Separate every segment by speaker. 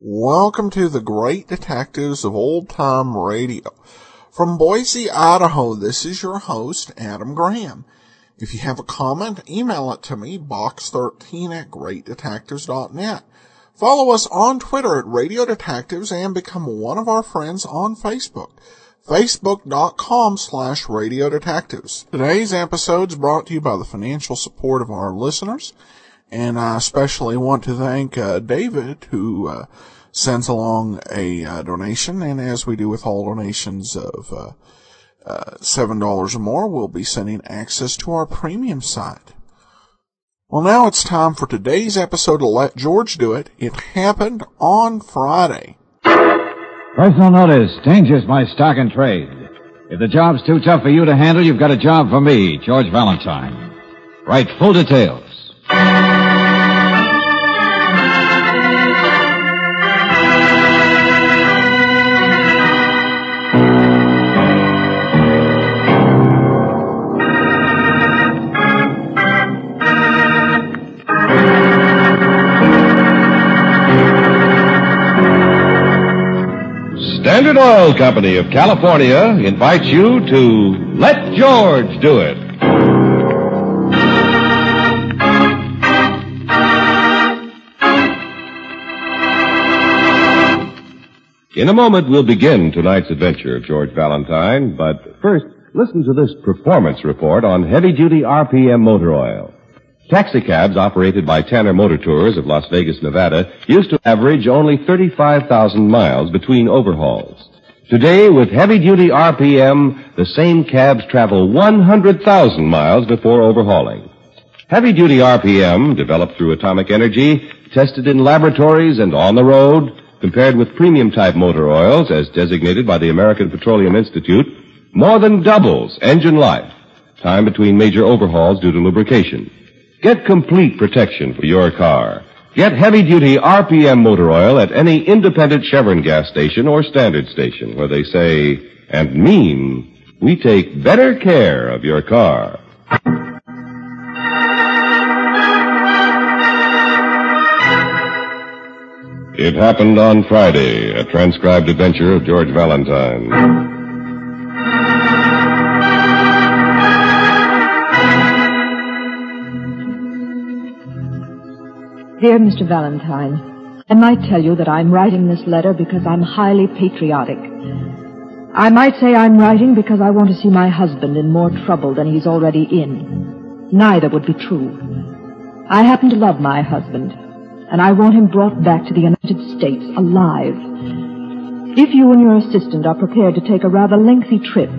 Speaker 1: Welcome to the Great Detectives of Old Time Radio. From Boise, Idaho, this is your host, Adam Graham. If you have a comment, email it to me, box13 at greatdetectives.net. Follow us on Twitter at Radio Detectives and become one of our friends on Facebook. Facebook.com slash Radio Detectives. Today's episode is brought to you by the financial support of our listeners. And I especially want to thank uh, David, who uh, sends along a uh, donation. And as we do with all donations of uh, uh, $7 or more, we'll be sending access to our premium site. Well, now it's time for today's episode of Let George Do It. It happened on Friday.
Speaker 2: Personal notice. Danger's my stock and trade. If the job's too tough for you to handle, you've got a job for me, George Valentine. Write full details.
Speaker 3: Standard Oil Company of California invites you to Let George Do It. In a moment, we'll begin tonight's adventure of George Valentine, but first, listen to this performance report on heavy duty RPM motor oil. Taxicabs operated by Tanner Motor Tours of Las Vegas, Nevada, used to average only 35,000 miles between overhauls. Today, with heavy duty RPM, the same cabs travel 100,000 miles before overhauling. Heavy duty RPM, developed through atomic energy, tested in laboratories and on the road, compared with premium type motor oils as designated by the American Petroleum Institute, more than doubles engine life, time between major overhauls due to lubrication. Get complete protection for your car. Get heavy duty RPM motor oil at any independent Chevron gas station or standard station where they say and mean we take better care of your car. It happened on Friday, a transcribed adventure of George Valentine.
Speaker 4: Dear Mr. Valentine, I might tell you that I'm writing this letter because I'm highly patriotic. I might say I'm writing because I want to see my husband in more trouble than he's already in. Neither would be true. I happen to love my husband, and I want him brought back to the United States alive. If you and your assistant are prepared to take a rather lengthy trip,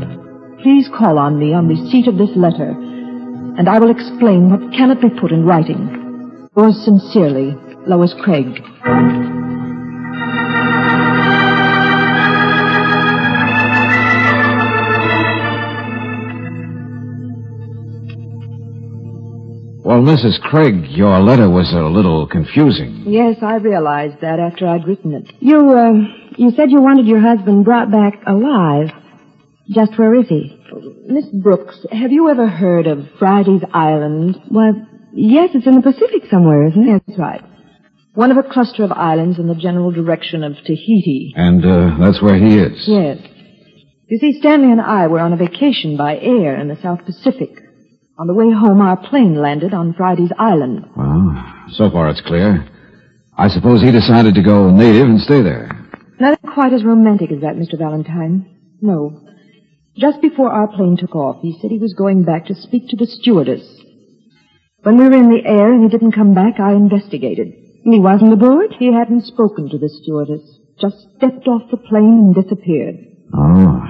Speaker 4: please call on me on receipt of this letter, and I will explain what cannot be put in writing. Yours sincerely, Lois Craig.
Speaker 2: Well, Mrs. Craig, your letter was a little confusing.
Speaker 4: Yes, I realized that after I'd written it.
Speaker 5: You, uh, you said you wanted your husband brought back alive. Just where is he?
Speaker 4: Miss Brooks, have you ever heard of Friday's Island?
Speaker 5: Why, yes, it's in the Pacific somewhere, isn't it?
Speaker 4: That's right. One of a cluster of islands in the general direction of Tahiti.
Speaker 2: And, uh, that's where he is.
Speaker 4: Yes. You see, Stanley and I were on a vacation by air in the South Pacific. On the way home, our plane landed on Friday's Island.
Speaker 2: Well, so far it's clear. I suppose he decided to go native and stay there.
Speaker 4: Nothing quite as romantic as that, Mr. Valentine. No. Just before our plane took off, he said he was going back to speak to the stewardess. When we were in the air and he didn't come back, I investigated.
Speaker 5: He wasn't aboard?
Speaker 4: He hadn't spoken to the stewardess, just stepped off the plane and disappeared.
Speaker 2: Oh.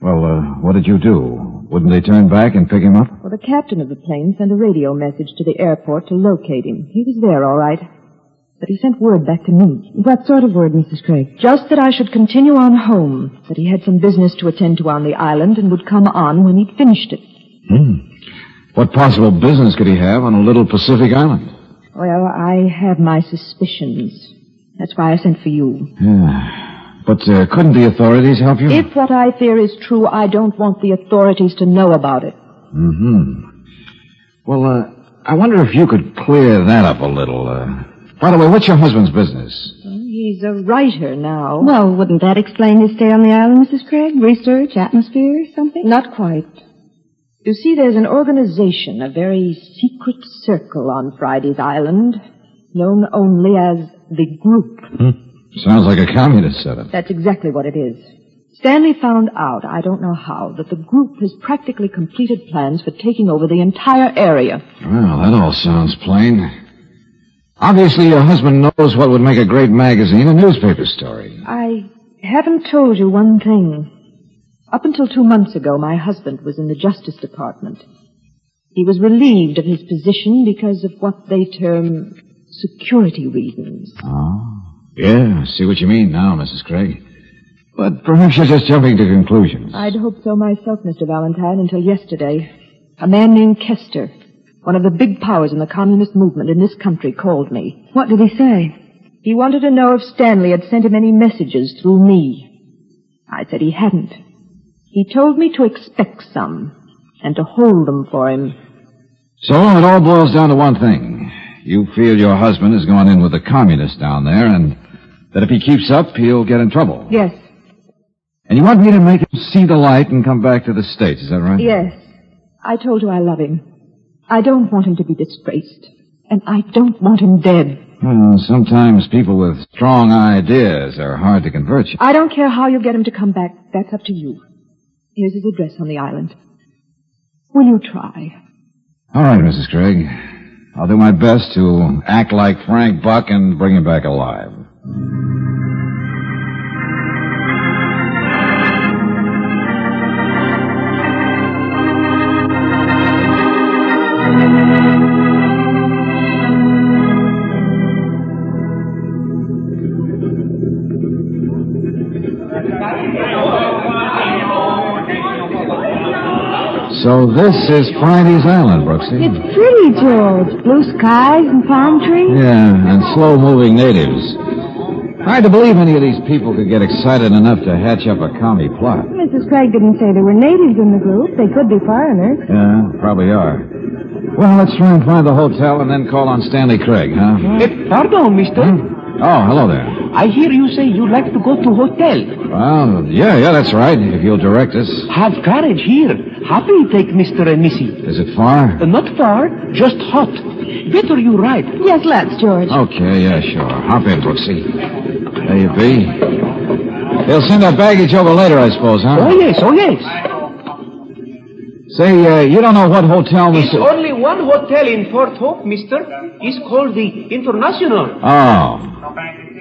Speaker 2: Well, uh, what did you do? Wouldn't they turn back and pick him up?
Speaker 4: Well, the captain of the plane sent a radio message to the airport to locate him. He was there, all right. But he sent word back to me.
Speaker 6: What sort of word, Mrs. Craig?
Speaker 4: Just that I should continue on home, that he had some business to attend to on the island and would come on when he'd finished it.
Speaker 3: What possible business could he have on a little Pacific island?
Speaker 4: Well, I have my suspicions. That's why I sent for you.
Speaker 3: Yeah. But uh, couldn't the authorities help
Speaker 6: Hmm.
Speaker 3: you?
Speaker 4: If what I fear is true, I don't want the authorities to know about it.
Speaker 3: Hmm. Well, uh, I wonder if you could clear that up a little. Uh, by the way, what's your husband's business?
Speaker 4: He's a writer now.
Speaker 6: Well, wouldn't that explain his stay on the island, Mrs. Craig? Research, atmosphere, something?
Speaker 4: Not quite. You see, there's an organization, a very secret circle on Friday's Island, known only as the Group.
Speaker 3: Sounds like a communist setup.
Speaker 4: That's exactly what it is. Stanley found out, I don't know how, that the group has practically completed plans for taking over the entire area.
Speaker 3: Well, that all sounds plain. Obviously, your husband knows what would make a great magazine, a newspaper story.
Speaker 4: I haven't told you one thing. Up until two months ago, my husband was in the Justice Department. He was relieved of his position because of what they term security reasons.
Speaker 3: Yeah, I see what you mean now, Mrs. Craig. But perhaps you're just jumping to conclusions.
Speaker 4: I'd hoped so myself, Mr. Valentine, until yesterday. A man named Kester, one of the big powers in the communist movement in this country, called me.
Speaker 6: What did he say?
Speaker 4: He wanted to know if Stanley had sent him any messages through me. I said he hadn't. He told me to expect some and to hold them for him.
Speaker 3: So it all boils down to one thing. You feel your husband has gone in with the communists down there, and that if he keeps up, he'll get in trouble.
Speaker 4: Yes,
Speaker 3: And you want me to make him see the light and come back to the States, is that right?
Speaker 4: yes. I told you I love him. I don't want him to be disgraced. And I don't want him dead.
Speaker 3: Well, Hmm, sometimes people with strong ideas are hard to convert you.
Speaker 4: I don't care how you get him to come back. That's up to you. Here's his address on the island. Will you try?
Speaker 3: All right, Mrs. Craig. I'll do my best to act like Frank Buck and bring him back alive. So this is Friday's Island, Brooksy.
Speaker 6: It's pretty, George. Blue skies and palm trees.
Speaker 3: Yeah, and slow moving natives. Hard to believe any of these people could get excited enough to hatch up a commie plot.
Speaker 6: Mrs. Craig didn't say there were natives in the group. They could be foreigners.
Speaker 3: Yeah, probably are. Well, let's try and find the hotel and then call on Stanley Craig, huh?
Speaker 7: Eh, pardon, mister.
Speaker 3: Oh, hello there.
Speaker 7: I hear you say you like to go to hotel.
Speaker 3: Well, yeah, yeah, that's right. If you'll direct us.
Speaker 7: Have carriage here. Happy take Mr. and Missy.
Speaker 3: Is it far?
Speaker 7: Uh, Not far, just hot. Better you ride.
Speaker 6: Yes, let's, George.
Speaker 3: Okay, yeah, sure. Hop in, Brooksy. There you be. They'll send our baggage over later, I suppose, huh?
Speaker 7: Oh yes, oh yes.
Speaker 3: Say, uh, you don't know what hotel this
Speaker 7: It's only one hotel in Fort Hope, mister. It's called the International.
Speaker 3: Oh.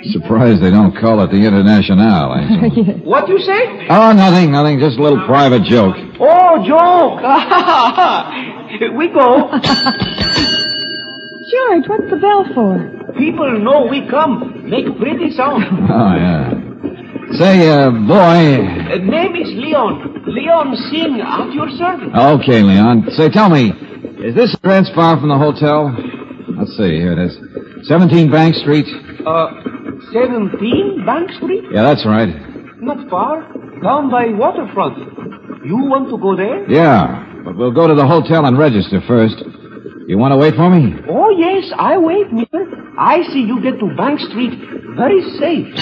Speaker 3: Surprised they don't call it the International. I suppose.
Speaker 7: What you say?
Speaker 3: oh, nothing, nothing. Just a little private joke.
Speaker 7: Oh, joke. we go.
Speaker 6: George, what's the bell for?
Speaker 7: People know we come. Make pretty sound.
Speaker 3: Oh, yeah. Say, uh, boy.
Speaker 7: Uh, name is Leon. Leon Singh, at your service.
Speaker 3: Okay, Leon. Say, tell me, is this address far from the hotel? Let's see. Here it is. 17 Bank Street.
Speaker 7: Uh, 17 Bank Street?
Speaker 3: Yeah, that's right.
Speaker 7: Not far. Down by waterfront. You want to go there?
Speaker 3: Yeah. But we'll go to the hotel and register first. You want to wait for me?
Speaker 7: Oh, yes, I wait, mister. I see you get to Bank Street very safe.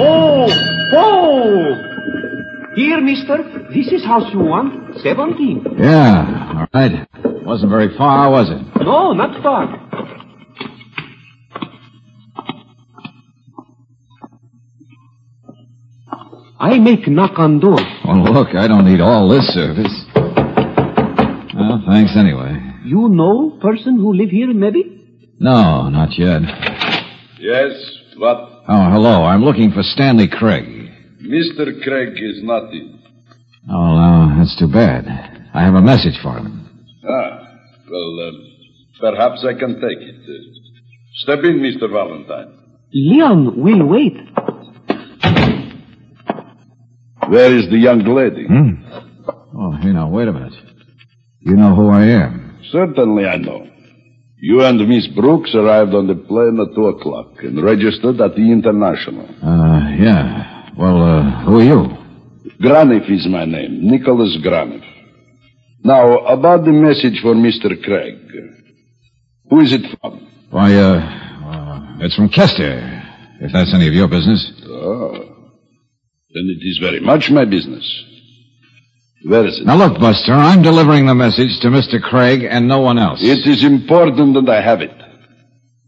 Speaker 7: Oh, oh! Here, mister, this is house you want. 17.
Speaker 3: Yeah. All right. Wasn't very far, was it?
Speaker 7: No, not far. I make knock on door.
Speaker 3: Well, look, I don't need all this service. Well, thanks anyway.
Speaker 7: You know person who live here, maybe?
Speaker 3: No, not yet.
Speaker 8: Yes, what?
Speaker 3: Oh, hello. I'm looking for Stanley Craig.
Speaker 8: Mr. Craig is not in.
Speaker 3: Oh, no, that's too bad. I have a message for him.
Speaker 8: Ah, well, uh, perhaps I can take it. Uh, step in, Mr. Valentine.
Speaker 7: Leon will wait.
Speaker 8: Where is the young lady?
Speaker 3: Hmm? Oh, hey, now, wait a minute. You know who I am.
Speaker 8: Certainly I know. You and Miss Brooks arrived on the plane at 2 o'clock and registered at the International.
Speaker 3: Uh, yeah. Well, uh, who are you?
Speaker 8: Graniff is my name, Nicholas Graniff. Now, about the message for Mr. Craig. Who is it from?
Speaker 3: Why, uh, uh, it's from Kester, if that's any of your business.
Speaker 8: Oh. Then it is very much my business. Where is it?
Speaker 3: Now look, Buster, I'm delivering the message to Mr. Craig and no one else.
Speaker 8: It is important that I have it.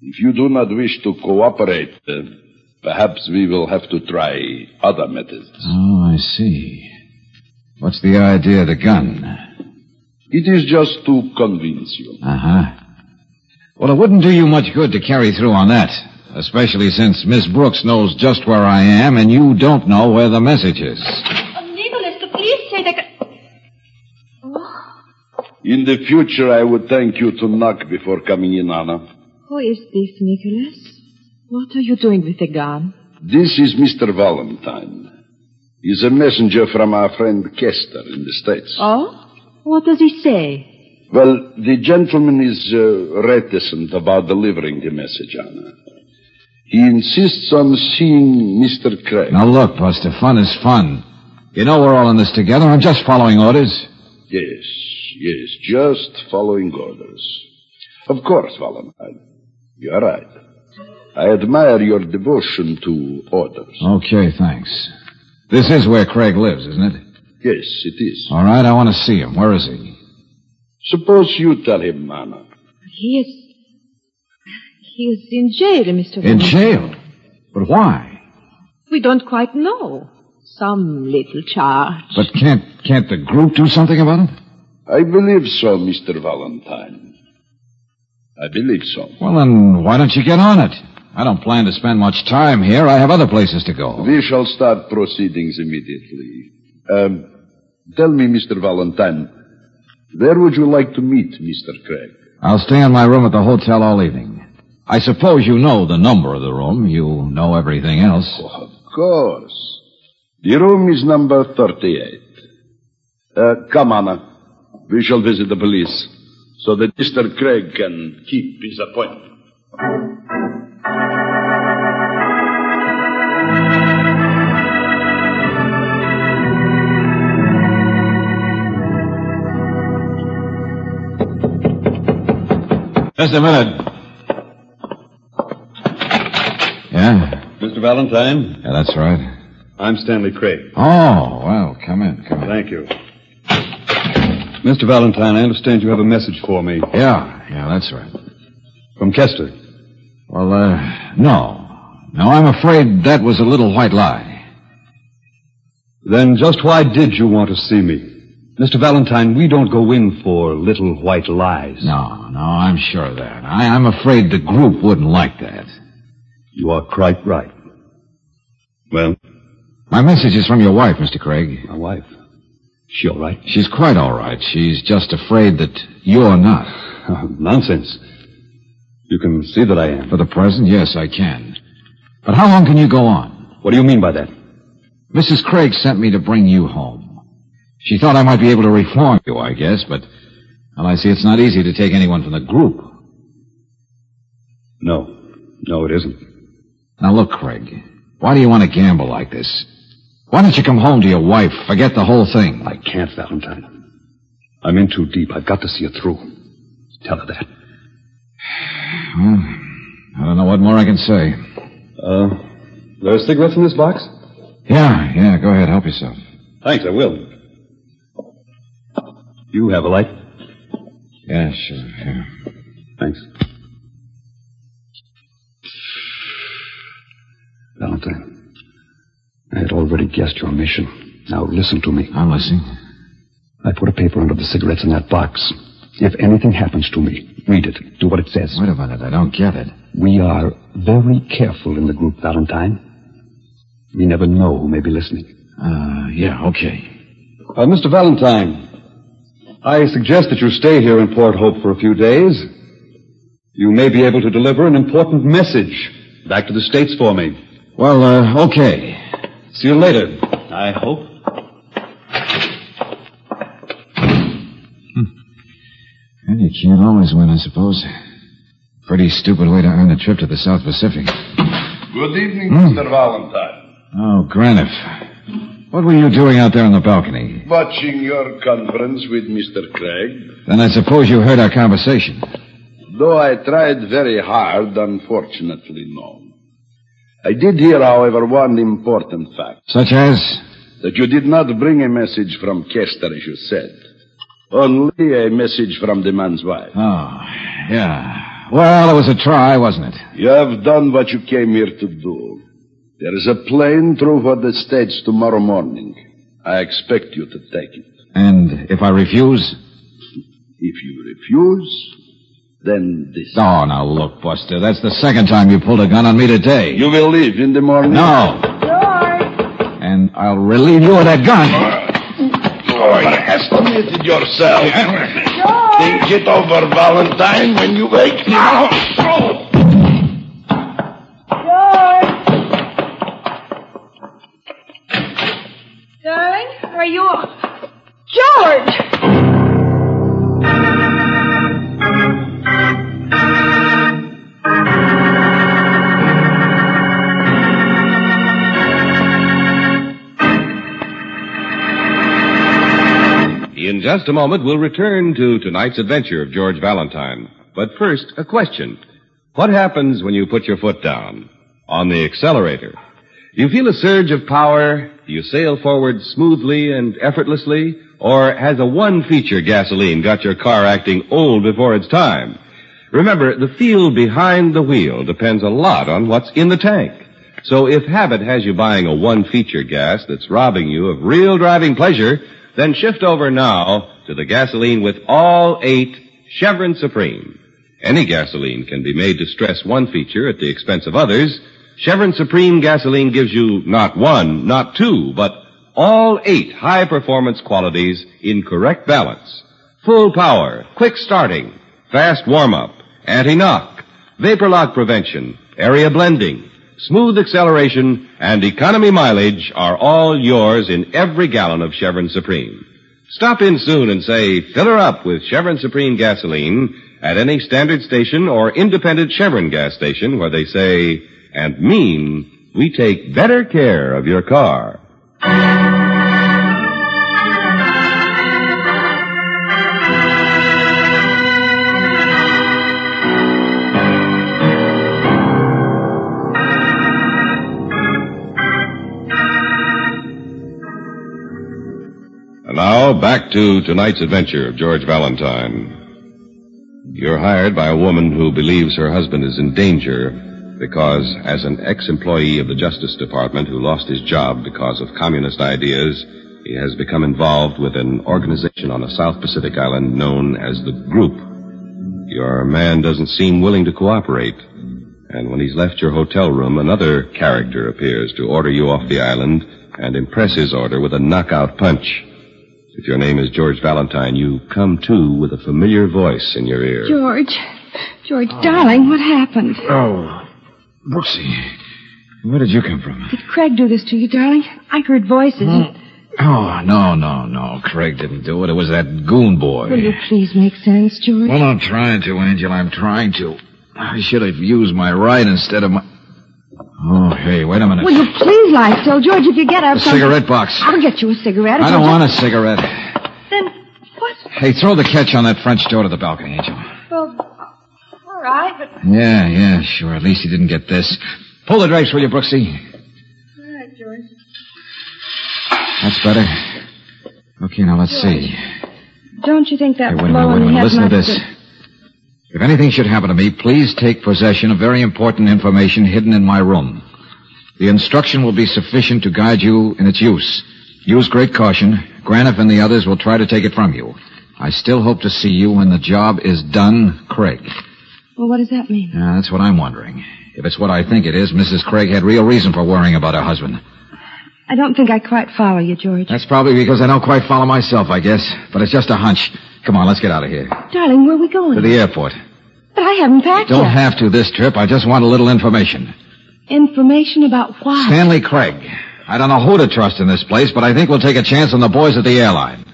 Speaker 8: If you do not wish to cooperate, uh, perhaps we will have to try other methods.
Speaker 3: Oh, I see. What's the idea of the gun?
Speaker 8: It is just to convince you.
Speaker 3: Uh-huh. Well, it wouldn't do you much good to carry through on that, especially since Miss Brooks knows just where I am and you don't know where the message is.
Speaker 9: Oh, Nicholas, the police say that.
Speaker 8: In the future, I would thank you to knock before coming in, Anna.
Speaker 4: Who is this, Nicholas? What are you doing with the gun?
Speaker 8: This is Mr. Valentine. He's a messenger from our friend Kester in the States.
Speaker 4: Oh? What does he say?
Speaker 8: Well, the gentleman is uh, reticent about delivering the message, Anna. He insists on seeing Mr. Craig.
Speaker 3: Now look, Buster, fun is fun. You know we're all in this together. I'm just following orders.
Speaker 8: Yes, yes, just following orders. Of course, Valentine. You're right. I admire your devotion to orders.
Speaker 3: Okay, thanks. This is where Craig lives, isn't it?
Speaker 8: Yes, it is.
Speaker 3: All right, I want to see him. Where is he?
Speaker 8: Suppose you tell him, Anna.
Speaker 4: He is. He is in jail, Mr.
Speaker 3: In
Speaker 4: Valentine.
Speaker 3: jail. But why?
Speaker 4: We don't quite know. Some little charge.
Speaker 3: But can't can't the group do something about it?
Speaker 8: I believe so, Mr. Valentine. I believe so.
Speaker 3: Well, then why don't you get on it? I don't plan to spend much time here. I have other places to go.
Speaker 8: We shall start proceedings immediately. Um, tell me, Mr. Valentine, where would you like to meet Mr. Craig?
Speaker 3: I'll stay in my room at the hotel all evening. I suppose you know the number of the room. You know everything else.
Speaker 8: Oh, of course. The room is number 38. Uh, come, Anna. We shall visit the police so that Mr. Craig can keep his appointment.
Speaker 3: Just a minute. Yeah,
Speaker 2: Mr. Valentine,
Speaker 3: yeah, that's right.
Speaker 2: I'm Stanley Craig.
Speaker 3: Oh, well, come in, come in.
Speaker 2: Thank you. Mr. Valentine, I understand you have a message for me
Speaker 3: Yeah, yeah, that's right.
Speaker 2: from Kester.
Speaker 3: Well, uh, no. No, I'm afraid that was a little white lie.
Speaker 2: Then just why did you want to see me? Mr. Valentine, we don't go in for little white lies.
Speaker 3: No, no, I'm sure of that. I, I'm afraid the group wouldn't like that.
Speaker 2: You are quite right. Well,
Speaker 3: My message is from your wife, Mr. Craig.
Speaker 2: my wife. She all right?
Speaker 3: She's quite all right. She's just afraid that you're not.
Speaker 2: Oh, nonsense. You can see that I am.
Speaker 3: For the present, yes, I can. But how long can you go on?
Speaker 2: What do you mean by that?
Speaker 3: Mrs. Craig sent me to bring you home. She thought I might be able to reform you, I guess, but, well, I see it's not easy to take anyone from the group.
Speaker 2: No. No, it isn't.
Speaker 3: Now look, Craig. Why do you want to gamble like this? Why don't you come home to your wife? Forget the whole thing.
Speaker 2: I can't, Valentine. I'm in too deep. I've got to see her through. Tell her that.
Speaker 3: I don't know what more I can say.
Speaker 2: Uh, there are cigarettes in this box?
Speaker 3: Yeah, yeah. Go ahead, help yourself.
Speaker 2: Thanks, I will. You have a light?
Speaker 3: Yeah, sure. Yeah.
Speaker 2: Thanks. Valentine, I had already guessed your mission. Now listen to me.
Speaker 3: I'm listening.
Speaker 2: I put a paper under the cigarettes in that box.
Speaker 10: If anything happens to me, read it. Do what it says. Wait
Speaker 2: a minute. I don't get it.
Speaker 10: We are very careful in the group, Valentine. We never know who may be listening.
Speaker 2: Uh, yeah, okay.
Speaker 11: Uh, Mr. Valentine, I suggest that you stay here in Port Hope for a few days. You may be able to deliver an important message back to the States for me.
Speaker 2: Well, uh, okay.
Speaker 11: See you later, I hope.
Speaker 2: Well, you can't always win, I suppose. Pretty stupid way to earn a trip to the South Pacific.
Speaker 8: Good evening,
Speaker 11: Hmm.
Speaker 8: Mr. Valentine.
Speaker 2: Oh, Graniff. What were you doing out there on the balcony?
Speaker 8: Watching your conference with Mr. Craig,
Speaker 2: Then I suppose you heard our conversation.
Speaker 8: though I tried very hard, unfortunately, no. I did hear, however, one important fact.
Speaker 2: Such as?
Speaker 8: That you did not bring a message from Kester, as you said. Only a message from the man's wife.
Speaker 2: Oh, yeah. Well, it was a try, wasn't it?
Speaker 8: You have done what you came here to do. There is a plane through for the States tomorrow morning. I expect you to take it.
Speaker 2: And if I refuse?
Speaker 8: If you refuse, then this.
Speaker 2: Oh, now look, Buster. That's the second time you pulled a gun on me today.
Speaker 8: You will leave in the morning.
Speaker 2: No. And I'll relieve you of that gun.
Speaker 8: Oh, you have committed yourself. Think it over, Valentine, when you wake now.
Speaker 9: Darling, are you. George!
Speaker 3: In just a moment, we'll return to tonight's adventure of George Valentine. But first, a question. What happens when you put your foot down on the accelerator? You feel a surge of power? You sail forward smoothly and effortlessly? Or has a one feature gasoline got your car acting old before its time? Remember, the feel behind the wheel depends a lot on what's in the tank. So if habit has you buying a one feature gas that's robbing you of real driving pleasure, then shift over now to the gasoline with all eight Chevron Supreme. Any gasoline can be made to stress one feature at the expense of others. Chevron Supreme gasoline gives you not one, not two, but all eight high performance qualities in correct balance. Full power, quick starting, fast warm up, anti-knock, vapor lock prevention, area blending, smooth acceleration, and economy mileage are all yours in every gallon of Chevron Supreme. Stop in soon and say, fill her up with Chevron Supreme gasoline at any standard station or independent Chevron gas station where they say and mean we take better care of your car. And now, back to tonight's adventure of George Valentine. You're hired by a woman who believes her husband is in danger because, as an ex employee of the Justice Department who lost his job because of communist ideas, he has become involved with an organization on a South Pacific island known as the Group. Your man doesn't seem willing to cooperate, and when he's left your hotel room, another character appears to order you off the island and impress his order with a knockout punch. If your name is George Valentine, you come to with a familiar voice in your ear.
Speaker 12: George. George, darling, what happened?
Speaker 2: Oh, Brooksy. Where did you come from?
Speaker 12: Did Craig do this to you, darling? I heard voices. and-
Speaker 2: Oh, no, no, no. Craig didn't do it. It was that goon boy.
Speaker 12: Will you please make sense, George?
Speaker 2: Well, I'm trying to, Angela. I'm trying to. I should have used my right instead of my. Oh, hey, wait a minute.
Speaker 12: Will you please lie still, George? If you get up,
Speaker 2: A
Speaker 12: something-
Speaker 2: cigarette box.
Speaker 12: I'll get you a cigarette. if
Speaker 2: I don't
Speaker 12: you
Speaker 2: want a
Speaker 12: just-
Speaker 2: cigarette.
Speaker 9: Then,
Speaker 2: Hey, throw the catch on that French door to the balcony, Angel.
Speaker 9: well, all right, but.
Speaker 2: Yeah, yeah, sure. At least he didn't get this. Pull the drapes, will you, Brooksy?
Speaker 9: All right, George.
Speaker 2: That's better. Okay, now let's see.
Speaker 5: Don't you think that
Speaker 2: Hey,
Speaker 5: blow
Speaker 2: wait a
Speaker 5: on the
Speaker 2: minute, wait a minute.
Speaker 5: head
Speaker 2: Listen
Speaker 5: might
Speaker 2: to this. If anything should happen to me, please take possession of very important information hidden in my room. The instruction will be sufficient to guide you in its use. Use great caution. Graniff and the others will try to take it from you. I still hope to see you when the job is done, Craig.
Speaker 4: Well, what does that mean?
Speaker 2: Yeah, that's what I'm wondering. If it's what I think it is, Mrs. Craig had real reason for worrying about her husband.
Speaker 4: I don't think I quite follow you, George.
Speaker 2: That's probably because I don't quite follow myself, I guess. But it's just a hunch. Come on, let's get out of here.
Speaker 4: Darling, where are we going?
Speaker 2: To the airport.
Speaker 4: But I haven't packed
Speaker 2: Don't
Speaker 4: yet.
Speaker 2: have to this trip. I just want a little information.
Speaker 4: Information about what?
Speaker 2: Stanley Craig. I don't know who to trust in this place, but I think we'll take a chance on the boys at the airline.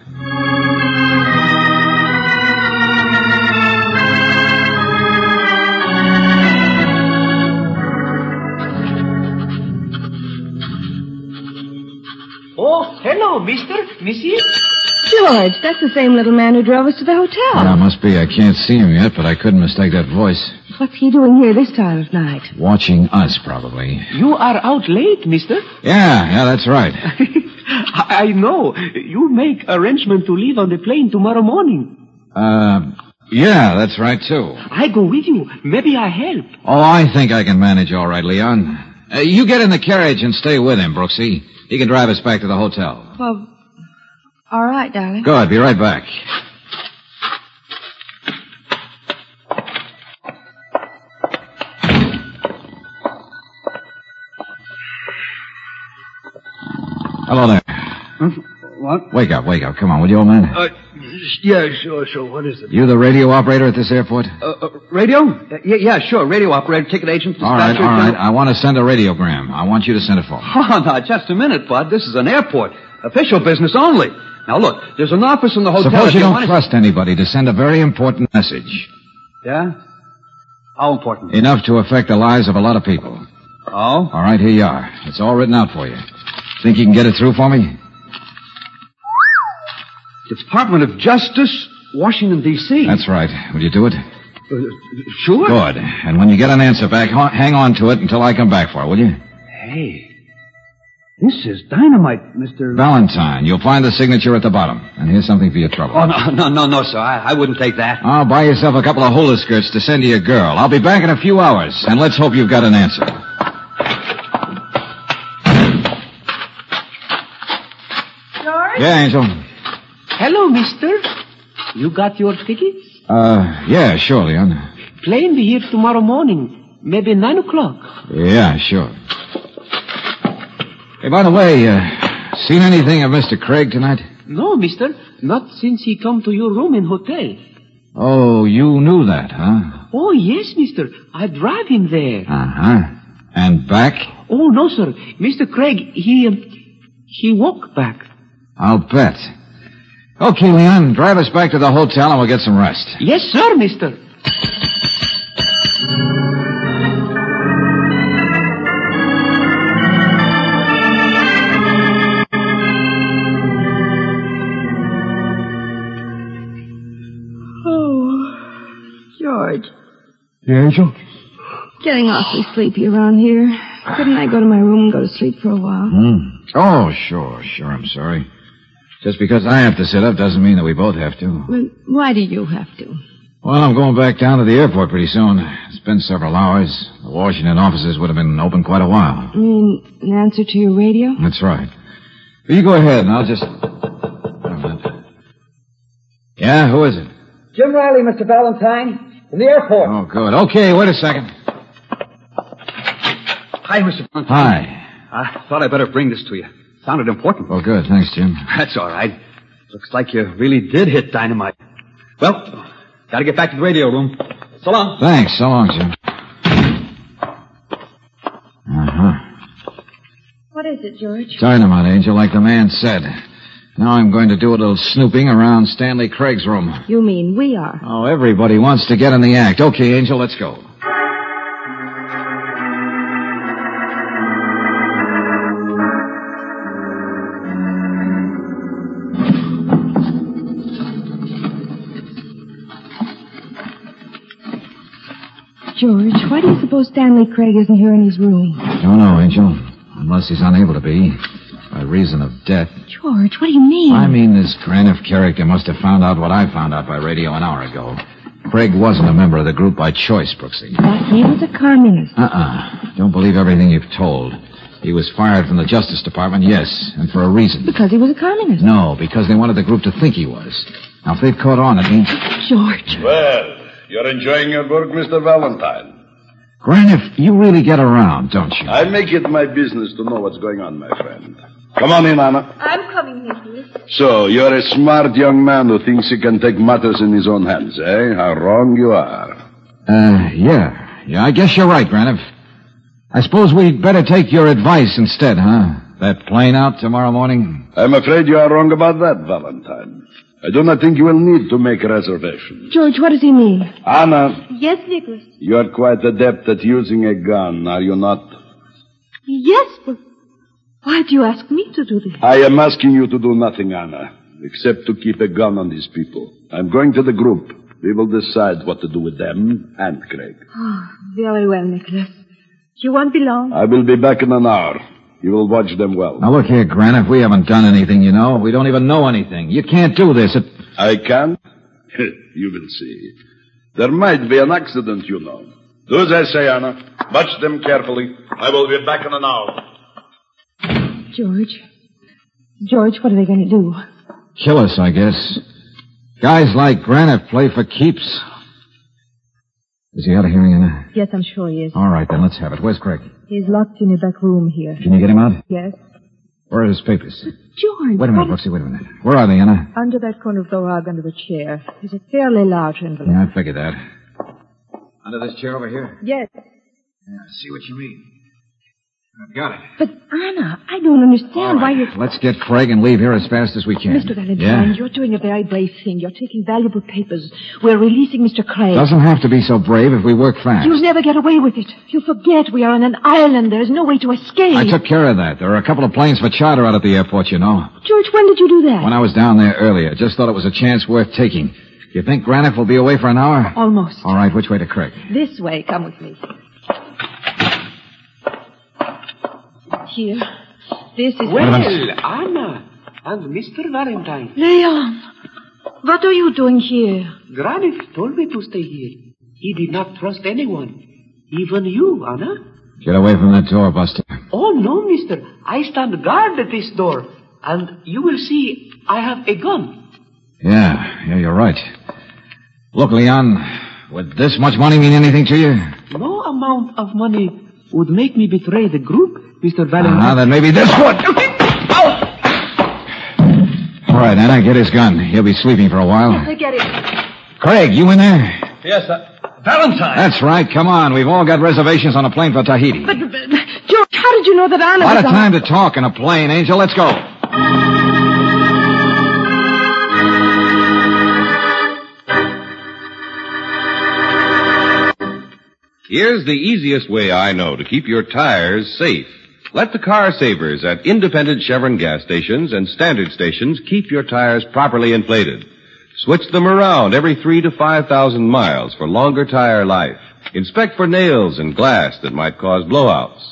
Speaker 7: Oh, hello, mister, missus.
Speaker 4: George, that's the same little man who drove us to the hotel.
Speaker 2: Yeah, must be. I can't see him yet, but I couldn't mistake that voice.
Speaker 4: What's he doing here this time of night?
Speaker 2: Watching us, probably.
Speaker 7: You are out late, mister.
Speaker 2: Yeah, yeah, that's right.
Speaker 7: I I know. You make arrangement to leave on the plane tomorrow morning.
Speaker 2: Uh, yeah, that's right, too.
Speaker 7: I go with you. Maybe I help.
Speaker 2: Oh, I think I can manage all right, Leon. Uh, you get in the carriage and stay with him, Brooksy. He can drive us back to the hotel.
Speaker 4: Well, all right, darling.
Speaker 2: Good, be right back. Hello there.
Speaker 8: What?
Speaker 2: Wake up, wake up. Come on, will you, old man?
Speaker 8: Uh, yeah, sure, sure. What is it?
Speaker 2: You the radio operator at this airport?
Speaker 8: Uh, uh, radio? Uh, yeah, yeah, sure. Radio operator, ticket agent,
Speaker 2: All right,
Speaker 8: dispatcher,
Speaker 2: all right.
Speaker 8: general-
Speaker 2: I want to send a radiogram. I want you to send it for me.
Speaker 8: Oh, now, just a minute, Bud. This is an airport. Official business only. Now, look, there's an office in the hotel.
Speaker 2: Suppose
Speaker 8: if
Speaker 2: you don't
Speaker 8: want
Speaker 2: trust anybody to send a very important message.
Speaker 8: To... Yeah? How important?
Speaker 2: Enough to affect the lives of a lot of people.
Speaker 8: Oh?
Speaker 2: All right, here you are. It's all written out for you. Think you can get it through for me?
Speaker 8: Department of Justice, Washington, D.C.
Speaker 2: That's right. Will you do it?
Speaker 8: Uh, sure.
Speaker 2: Good. And when you get an answer back, ha- hang on to it until I come back for it, will you?
Speaker 8: Hey. This is dynamite, Mr.
Speaker 2: Valentine, you'll find the signature at the bottom. And here's something for your trouble.
Speaker 8: Oh, no, no, no, no, sir. I, I wouldn't take that.
Speaker 2: I'll buy yourself a couple of hula skirts to send to your girl. I'll be back in a few hours, and let's hope you've got an answer.
Speaker 13: George?
Speaker 2: Yeah, Angel?
Speaker 7: Hello, mister. You got your tickets?
Speaker 2: Uh, yeah, sure, Leon.
Speaker 7: Plane be here tomorrow morning. Maybe nine o'clock.
Speaker 2: Yeah, sure. Hey, by the way, uh, seen anything of Mr. Craig tonight?
Speaker 7: No, mister. Not since he come to your room in hotel.
Speaker 2: Oh, you knew that, huh?
Speaker 7: Oh, yes, mister. I drive him there.
Speaker 2: Uh-huh. And back?
Speaker 7: Oh, no, sir. Mr. Craig, he, um, he walk back.
Speaker 2: I'll bet. Okay, Leon, drive us back to the hotel and we'll get some rest.
Speaker 7: Yes, sir, mister.
Speaker 4: Oh, George,
Speaker 14: Yeah, Angel?
Speaker 4: getting awfully sleepy around here. Couldn't I go to my room and go to sleep for a while?
Speaker 2: Hmm. Oh, sure, sure, I'm sorry. Just because I have to sit up doesn't mean that we both have to.
Speaker 4: Well, why do you have to?
Speaker 2: Well, I'm going back down to the airport pretty soon. It's been several hours. The Washington offices would have been open quite a while.
Speaker 4: I mean, an answer to your radio?
Speaker 2: That's right. You go ahead, and I'll just. Wait a minute. Yeah, who is it?
Speaker 15: Jim Riley, Mr. Valentine, in the airport.
Speaker 2: Oh, good. Okay, wait a second.
Speaker 15: Hi, Mr.
Speaker 2: Hi.
Speaker 15: I thought I'd better bring this to you.
Speaker 8: Sounded important.
Speaker 2: Well, good. Thanks, Jim.
Speaker 8: That's all right. Looks like you really did hit dynamite. Well, gotta get back to the radio room. So long.
Speaker 2: Thanks. So long, Jim. Uh huh.
Speaker 13: What is it, George?
Speaker 2: Dynamite Angel, like the man said. Now I'm going to do a little snooping around Stanley Craig's room.
Speaker 4: You mean we are.
Speaker 2: Oh, everybody wants to get in the act. Okay, Angel, let's go.
Speaker 4: George, why do you suppose Stanley Craig isn't here in his room?
Speaker 2: Don't know, Angel. Unless he's unable to be. By reason of death.
Speaker 4: George, what do you mean?
Speaker 2: I mean, this kind of character must have found out what I found out by radio an hour ago. Craig wasn't a member of the group by choice, Brooksy.
Speaker 4: But he was a communist.
Speaker 2: Uh-uh. Don't believe everything you've told. He was fired from the Justice Department, yes, and for a reason.
Speaker 4: Because he was a communist.
Speaker 2: No, because they wanted the group to think he was. Now, if they've caught on, it means.
Speaker 12: George.
Speaker 8: Well, you're enjoying your work, Mr. Valentine.
Speaker 2: Gran, if you really get around, don't you?
Speaker 8: I make it my business to know what's going on, my friend. Come on in, Anna.
Speaker 9: I'm coming here, please.
Speaker 8: So, you're a smart young man who thinks he can take matters in his own hands, eh? How wrong you are.
Speaker 2: Uh, yeah. Yeah, I guess you're right, Graniff. I suppose we'd better take your advice instead, huh? That plane out tomorrow morning?
Speaker 8: I'm afraid you are wrong about that, Valentine. I do not think you will need to make reservations.
Speaker 5: George, what does he mean?
Speaker 8: Anna,
Speaker 9: Yes, Nicholas.
Speaker 8: you are quite adept at using a gun, are you not?
Speaker 9: Yes, but why do you ask me to do this?
Speaker 8: I am asking you to do nothing, Anna, except to keep a gun on these people. I'm going to the group. We will decide what to do with them and Craig.
Speaker 9: Oh, very well, Nicholas. You won't be long.
Speaker 8: I will be back in an hour. You will watch them well.
Speaker 2: Now, look here, Gran, if we haven't done anything, you know, we don't even know anything. You can't do this. It...
Speaker 8: I can? you will see. There might be an accident, you know. Do as I say, Anna. Watch them carefully. I will be back in an hour.
Speaker 5: George. George, what are they going to do?
Speaker 2: Kill us, I guess. Guys like Granite play for keeps. Is he out of hearing, Anna?
Speaker 4: Yes, I'm sure he is.
Speaker 2: All right, then let's have it. Where's Craig?
Speaker 4: He's locked in a back room here.
Speaker 2: Can you get him out?
Speaker 4: Yes.
Speaker 2: Where are his papers?
Speaker 4: George.
Speaker 2: Wait a minute, Brooksy, wait a minute. Where are they, Anna?
Speaker 4: Under that corner of the rug, under the chair, is a fairly large envelope.
Speaker 2: Yeah, I figured that. Under this chair over here?
Speaker 4: Yes.
Speaker 2: Yeah, I see what you mean. I've got it.
Speaker 5: But, Anna, I don't understand why you...
Speaker 2: Let's get Craig and leave here as fast as we can.
Speaker 4: Mr. Valentine, you're doing a very brave thing. You're taking valuable papers. We're releasing Mr. Craig.
Speaker 2: Yeah. Doesn't have to be so brave if we work fast.
Speaker 4: You'll never get away with it. You forget we are on an island. There's no way to escape.
Speaker 2: I took care of that. There are a couple of planes for charter out at the airport, you know.
Speaker 4: George, when did you do that?
Speaker 2: When I was down there earlier, just thought it was a chance worth taking. You think Graniff will be away for an hour?
Speaker 4: Almost.
Speaker 2: All right, which way to Craig?
Speaker 4: This way. Come with me. Here. This is...
Speaker 7: Well, Anna and Mr. Valentine.
Speaker 4: Leon, what are you doing here?
Speaker 7: Granif told me to stay here. He did not trust anyone. Even you, Anna.
Speaker 2: Get away from that door, Buster.
Speaker 7: Oh, no, mister. I stand guard at this door. And you will see I have a gun.
Speaker 2: Yeah, yeah, you're right. Look, Leon, would this much money mean anything to you?
Speaker 7: No amount of money would make me betray the group, Mr. Valentine.
Speaker 2: Ah, then maybe this would. All right, Anna, get his gun. He'll be sleeping for a while.
Speaker 9: Forget it.
Speaker 2: Craig, you in there?
Speaker 16: Yes, uh, Valentine.
Speaker 2: That's right. Come on. We've all got reservations on a plane for Tahiti.
Speaker 4: But, but, George, how did you know that Anna
Speaker 2: A lot
Speaker 4: was
Speaker 2: of
Speaker 4: on-
Speaker 2: time to talk in a plane, Angel. Let's go.
Speaker 3: Here's the easiest way I know to keep your tires safe. Let the car savers at independent Chevron gas stations and standard stations keep your tires properly inflated. Switch them around every three to five thousand miles for longer tire life. Inspect for nails and glass that might cause blowouts.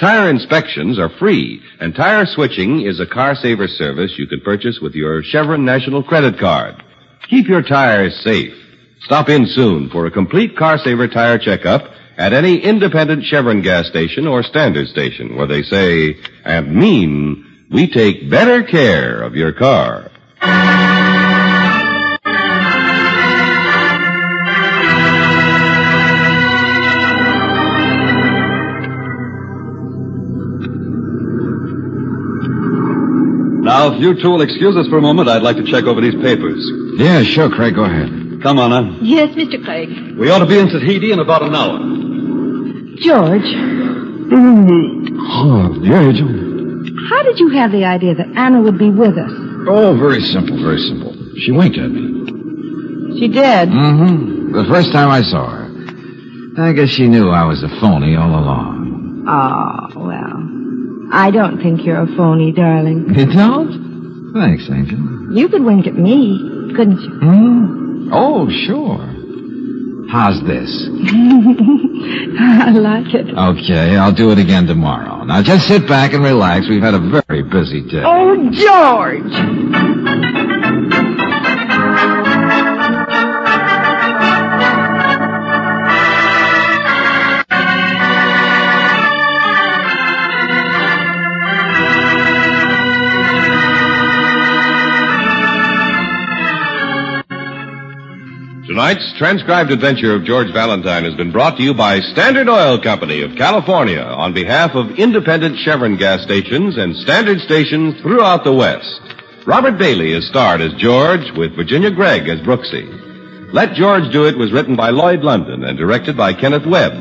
Speaker 3: Tire inspections are free, and tire switching is a car saver service you can purchase with your Chevron National Credit Card. Keep your tires safe. Stop in soon for a complete car saver tire checkup at any independent Chevron gas station or standard station where they say and mean we take better care of your car.
Speaker 11: Now, if you two will excuse us for a moment, I'd like to check over these papers.
Speaker 2: Yeah, sure, Craig. Go ahead.
Speaker 11: Come, Anna.
Speaker 4: Yes, Mr. Craig.
Speaker 11: We ought to be in Tahiti in about an hour.
Speaker 5: George,
Speaker 2: Oh, yeah, Angel.
Speaker 5: how did you have the idea that Anna would be with us?
Speaker 2: Oh, very simple, very simple. She winked at me.
Speaker 5: She did.
Speaker 2: Mm-hmm. The first time I saw her. I guess she knew I was a phony all along.
Speaker 5: Oh, well. I don't think you're a phony, darling.
Speaker 2: You don't? Thanks, Angel.
Speaker 5: You could wink at me, couldn't you?
Speaker 2: Oh, sure. How's this?
Speaker 5: I like it.
Speaker 2: Okay, I'll do it again tomorrow. Now just sit back and relax. We've had a very busy day.
Speaker 5: Oh, George!
Speaker 3: Tonight's transcribed adventure of George Valentine has been brought to you by Standard Oil Company of California on behalf of independent Chevron gas stations and standard stations throughout the West. Robert Bailey is starred as George with Virginia Gregg as Brooksy. Let George Do It was written by Lloyd London and directed by Kenneth Webb.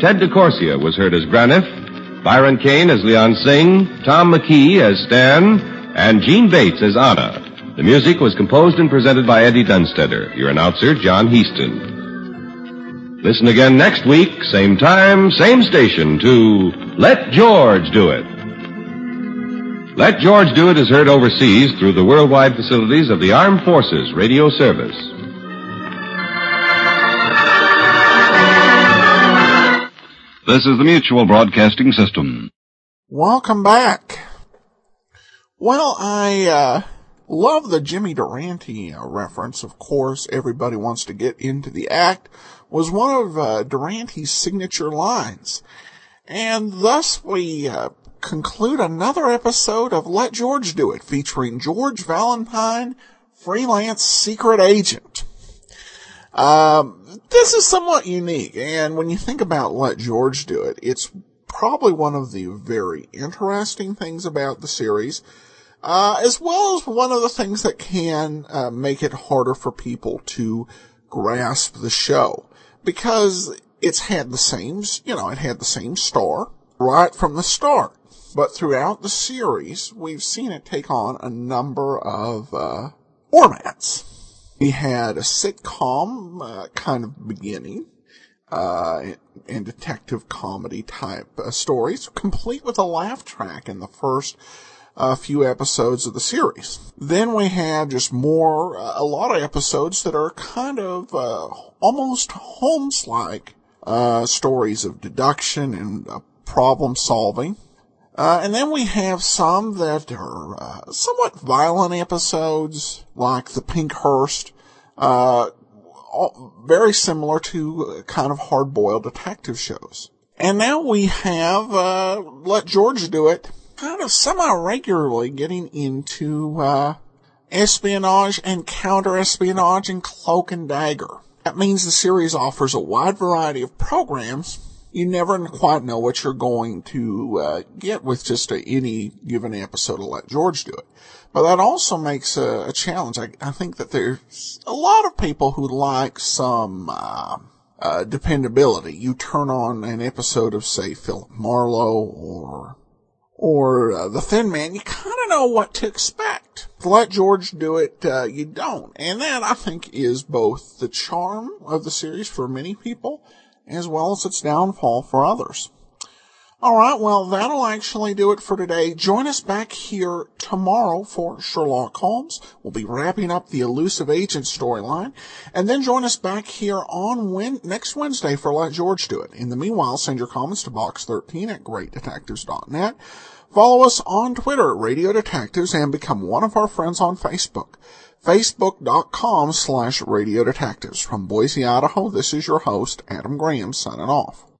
Speaker 3: Ted DeCorsia was heard as Graniff, Byron Kane as Leon Singh, Tom McKee as Stan, and Gene Bates as Anna. The music was composed and presented by Eddie Dunstetter, your announcer, John Heaston. Listen again next week, same time, same station, to Let George Do It. Let George Do It is heard overseas through the worldwide facilities of the Armed Forces Radio Service.
Speaker 17: This is the Mutual Broadcasting System.
Speaker 1: Welcome back. Well, I uh, love the Jimmy Durante uh, reference. Of course, everybody wants to get into the act was one of uh, Durante's signature lines. And thus we uh, conclude another episode of Let George Do It featuring George Valentine, freelance secret agent. Um, this is somewhat unique, and when you think about Let George Do It, it's probably one of the very interesting things about the series, uh, as well as one of the things that can uh, make it harder for people to grasp the show because it's had the same, you know, it had the same star right from the start. But throughout the series, we've seen it take on a number of uh, formats. We had a sitcom uh, kind of beginning, uh, and detective comedy type uh, stories, complete with a laugh track in the first a few episodes of the series. Then we had just more, uh, a lot of episodes that are kind of uh, almost Holmes like uh, stories of deduction and uh, problem solving. Uh, and then we have some that are uh, somewhat violent episodes, like the Pink Hearst, uh, all, very similar to uh, kind of hard-boiled detective shows. And now we have uh, Let George Do It, kind of semi regularly getting into uh, espionage and counter espionage and cloak and dagger. That means the series offers a wide variety of programs. You never quite know what you're going to uh, get with just a, any given episode of Let George Do It. But that also makes a, a challenge. I, I think that there's a lot of people who like some uh, uh, dependability. You turn on an episode of, say, Philip Marlowe or or uh, the Thin Man, you kind of know what to expect. If you Let George do it, uh, you don't. And that, I think, is both the charm of the series for many people, as well as its downfall for others. All right, well, that'll actually do it for today. Join us back here tomorrow for Sherlock Holmes. We'll be wrapping up the elusive agent storyline, and then join us back here on Wed next Wednesday for Let George Do It. In the meanwhile, send your comments to box13 at greatdetectives.net. Follow us on Twitter at Radio Detectives and become one of our friends on Facebook. Facebook.com slash Radio Detectives. From Boise, Idaho, this is your host, Adam Graham, signing off.